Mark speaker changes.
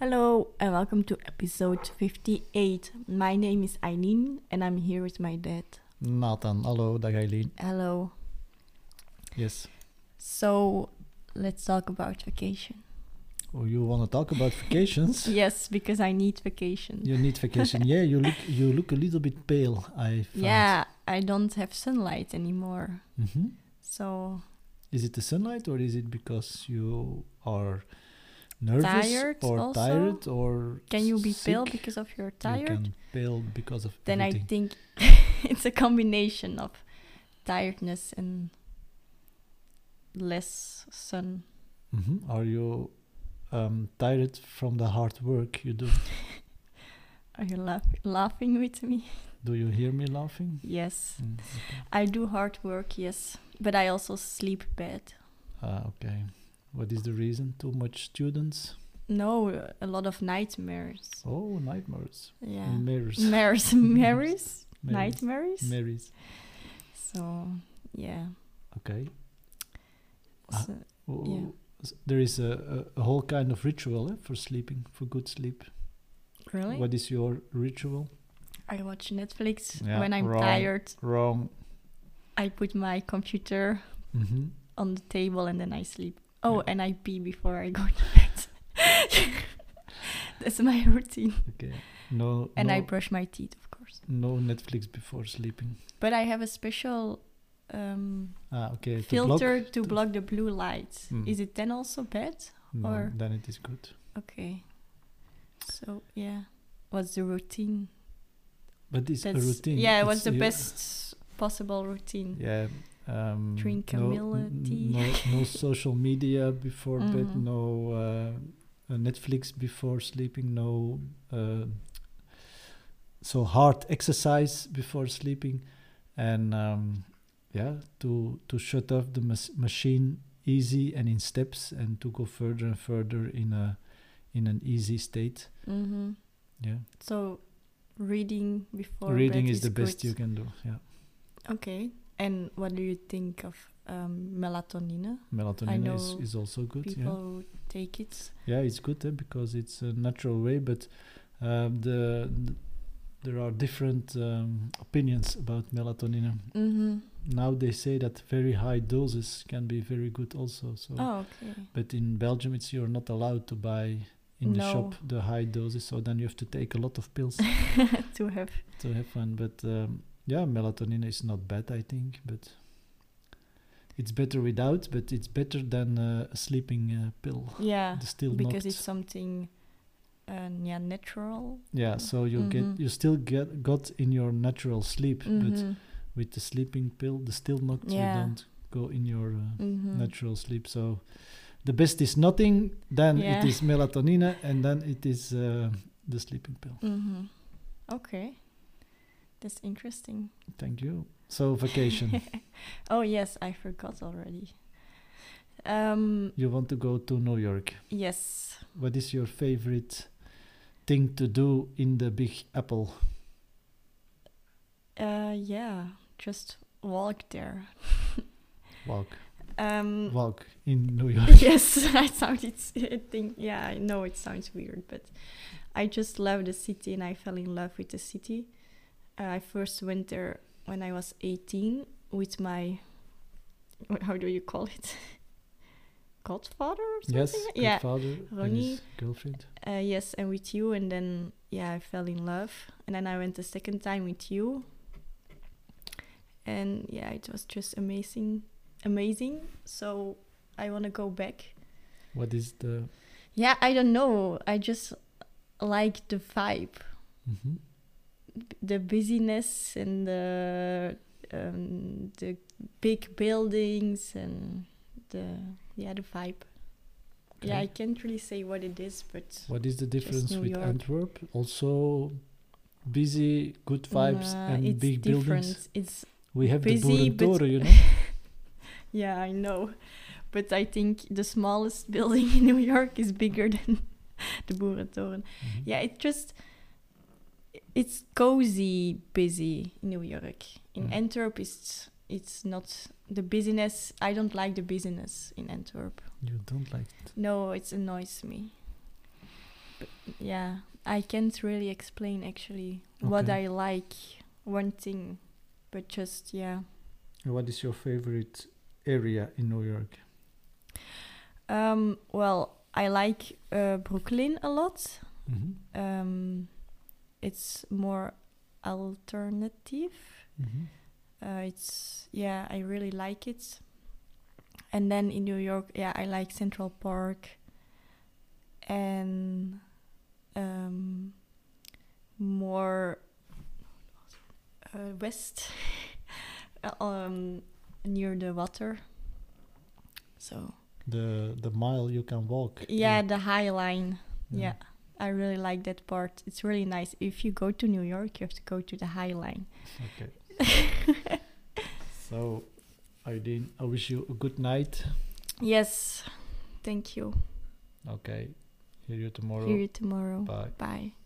Speaker 1: Hello and welcome to episode 58. My name is Eileen and I'm here with my dad.
Speaker 2: Nathan, hallo, dag Eileen.
Speaker 1: Hello.
Speaker 2: Yes.
Speaker 1: So let's talk about vacation.
Speaker 2: Oh, you want to talk about vacations?
Speaker 1: Yes, because I need vacation.
Speaker 2: You need vacation. Yeah, you look you look a little bit pale. I found.
Speaker 1: yeah, I don't have sunlight anymore.
Speaker 2: Mhm.
Speaker 1: So
Speaker 2: Is it the sunlight or is it because you are nervous
Speaker 1: Tired
Speaker 2: or
Speaker 1: also?
Speaker 2: tired or
Speaker 1: can you be pale
Speaker 2: sick?
Speaker 1: because of you're
Speaker 2: You
Speaker 1: tired?
Speaker 2: can pale because of
Speaker 1: then I
Speaker 2: everything.
Speaker 1: think it's a combination of tiredness and less sun.
Speaker 2: Mhm. Are you um, tired from the hard work you do?
Speaker 1: Are you laugh- laughing with me?
Speaker 2: do you hear me laughing?
Speaker 1: Yes.
Speaker 2: Mm, okay.
Speaker 1: I do hard work, yes, but I also sleep bad.
Speaker 2: Ah, okay. What is the reason? Too much students?
Speaker 1: No, a lot of nightmares.
Speaker 2: Oh, nightmares.
Speaker 1: Yeah.
Speaker 2: Mirrors.
Speaker 1: Mares, mares,
Speaker 2: Mirrors.
Speaker 1: nightmares.
Speaker 2: Marys.
Speaker 1: so, yeah.
Speaker 2: Okay. Ah.
Speaker 1: So,
Speaker 2: W- s- There is a, a, a whole kind of ritual eh, for sleeping, for good sleep.
Speaker 1: really?
Speaker 2: What is your ritual?
Speaker 1: I watch Netflix
Speaker 2: Yeah,
Speaker 1: when I'm
Speaker 2: wrong.
Speaker 1: tired.
Speaker 2: Wrong.
Speaker 1: I put my computer
Speaker 2: hmm
Speaker 1: on the table and then I sleep. Oh,
Speaker 2: Yeah.
Speaker 1: and I pee before I go to bed. That's my routine.
Speaker 2: Okay. No.
Speaker 1: And
Speaker 2: no,
Speaker 1: I brush my teeth, of course.
Speaker 2: no Netflix before sleeping.
Speaker 1: But I have a special um,
Speaker 2: Ah, okay. To block,
Speaker 1: filter to block the blue light.
Speaker 2: Mm.
Speaker 1: Is it then also bad?
Speaker 2: no,
Speaker 1: or-
Speaker 2: then it is good.
Speaker 1: Okay. So yeah, what's the routine?
Speaker 2: But it's
Speaker 1: That's
Speaker 2: a routine.
Speaker 1: yeah,
Speaker 2: it's
Speaker 1: what's the
Speaker 2: you-
Speaker 1: best possible routine?
Speaker 2: Yeah. Um,
Speaker 1: Drink a
Speaker 2: no,
Speaker 1: Milo
Speaker 2: n-
Speaker 1: tea.
Speaker 2: No, no social media before bed.
Speaker 1: Mhm.
Speaker 2: No uh, uh, Netflix before sleeping. No uh, so hard exercise before sleeping, and um, yeah, to to shut off the mas- machine easy and in steps, and to go further and further in a in an easy state.
Speaker 1: Mm-hmm.
Speaker 2: Yeah,
Speaker 1: So reading before
Speaker 2: reading
Speaker 1: bed
Speaker 2: is the best
Speaker 1: good.
Speaker 2: you can do. Yeah,
Speaker 1: Okay. And what do you think of um, melatonin?
Speaker 2: melatonin is
Speaker 1: know
Speaker 2: is also good.
Speaker 1: People
Speaker 2: yeah.
Speaker 1: who take it.
Speaker 2: Yeah, it's good eh, because it's a natural way, but um, the, th- there are different um, opinions about melatonin.
Speaker 1: Mm-hmm.
Speaker 2: Now they say that very high doses can be very good also. So,
Speaker 1: Oh, okay.
Speaker 2: but in Belgium, it's you're not allowed to buy in the shop the high doses, so then you have to take a lot of pills
Speaker 1: to have.
Speaker 2: to have one. But um, yeah, melatonin is not bad, I think, but. It's better without, but it's better than uh, a sleeping uh, pill.
Speaker 1: Yeah.
Speaker 2: Still
Speaker 1: Ah, Because
Speaker 2: not
Speaker 1: it's something uh, yeah, natural.
Speaker 2: Yeah, so you
Speaker 1: Mhm.
Speaker 2: get you still get got in your natural sleep, but
Speaker 1: Mhm.
Speaker 2: with the sleeping pill, the still knock,
Speaker 1: Yeah.
Speaker 2: you don't go in your uh,
Speaker 1: Mhm.
Speaker 2: natural sleep. So the best is nothing, then
Speaker 1: Yeah.
Speaker 2: it is melatonin, and then it is uh, the sleeping pill.
Speaker 1: Mm-hmm. Okay. That's interesting.
Speaker 2: Thank you. So vacation,
Speaker 1: Oh yes, I forgot already. Um
Speaker 2: you want to go to New York?
Speaker 1: yes.
Speaker 2: What is your favorite thing to do in the Big Apple?
Speaker 1: Uh yeah, just walk there.
Speaker 2: Walk,
Speaker 1: Um
Speaker 2: walk in New York.
Speaker 1: yes, I sound it's I think yeah, I know it sounds weird, but I just love the city and I fell in love with the city. Uh, I first went there when I was 18 with my wh- how do you call it? Godfather or something?
Speaker 2: Yes,
Speaker 1: like-
Speaker 2: good
Speaker 1: Yeah,
Speaker 2: father and
Speaker 1: Ronnie.
Speaker 2: his girlfriend.
Speaker 1: uh, yes, and with you, and then yeah, I fell in love, and then I went the second time with you, and yeah, it was just amazing, amazing. So I want to go back.
Speaker 2: What is the?
Speaker 1: Yeah, I don't know. I just like the vibe,
Speaker 2: Mhm.
Speaker 1: b- the busyness, and the um, the big buildings, and the yeah, the vibe. Yeah,
Speaker 2: Okay.
Speaker 1: I can't really say what it is, but
Speaker 2: What is the difference
Speaker 1: New
Speaker 2: with
Speaker 1: York.
Speaker 2: Antwerp? Also busy, good vibes,
Speaker 1: nah,
Speaker 2: and
Speaker 1: uh, it's
Speaker 2: big
Speaker 1: different.
Speaker 2: buildings.
Speaker 1: It's
Speaker 2: We have
Speaker 1: Busy,
Speaker 2: the
Speaker 1: but-
Speaker 2: Boerentoren, you know.
Speaker 1: Yeah, I know. But I think the smallest building in New York is bigger than the Boerentoren.
Speaker 2: Mhm.
Speaker 1: Yeah, it just it's cozy busy in New York. In
Speaker 2: Mm.
Speaker 1: Antwerp it's it's not the busyness. I don't like the
Speaker 2: Mm-hmm.
Speaker 1: busyness in Antwerp.
Speaker 2: You don't like it.
Speaker 1: No, it annoys me. But yeah i can't really explain actually what
Speaker 2: Okay.
Speaker 1: i like one thing but just yeah
Speaker 2: What is your favorite area in New York?
Speaker 1: um well i like uh, brooklyn a lot
Speaker 2: Mm-hmm.
Speaker 1: um it's more alternative
Speaker 2: Mm-hmm.
Speaker 1: uh, it's yeah i really like it and then in new york yeah i like central park and um, more uh, west um, near the water so
Speaker 2: The the mile you can walk.
Speaker 1: yeah the high line yeah i really like that part it's really nice if you go to new york you have to go to the high line
Speaker 2: Okay. So, Aydin, I wish you a good night.
Speaker 1: yes thank you
Speaker 2: Okay. Hear you tomorrow.
Speaker 1: hear you tomorrow
Speaker 2: Bye.
Speaker 1: Bye.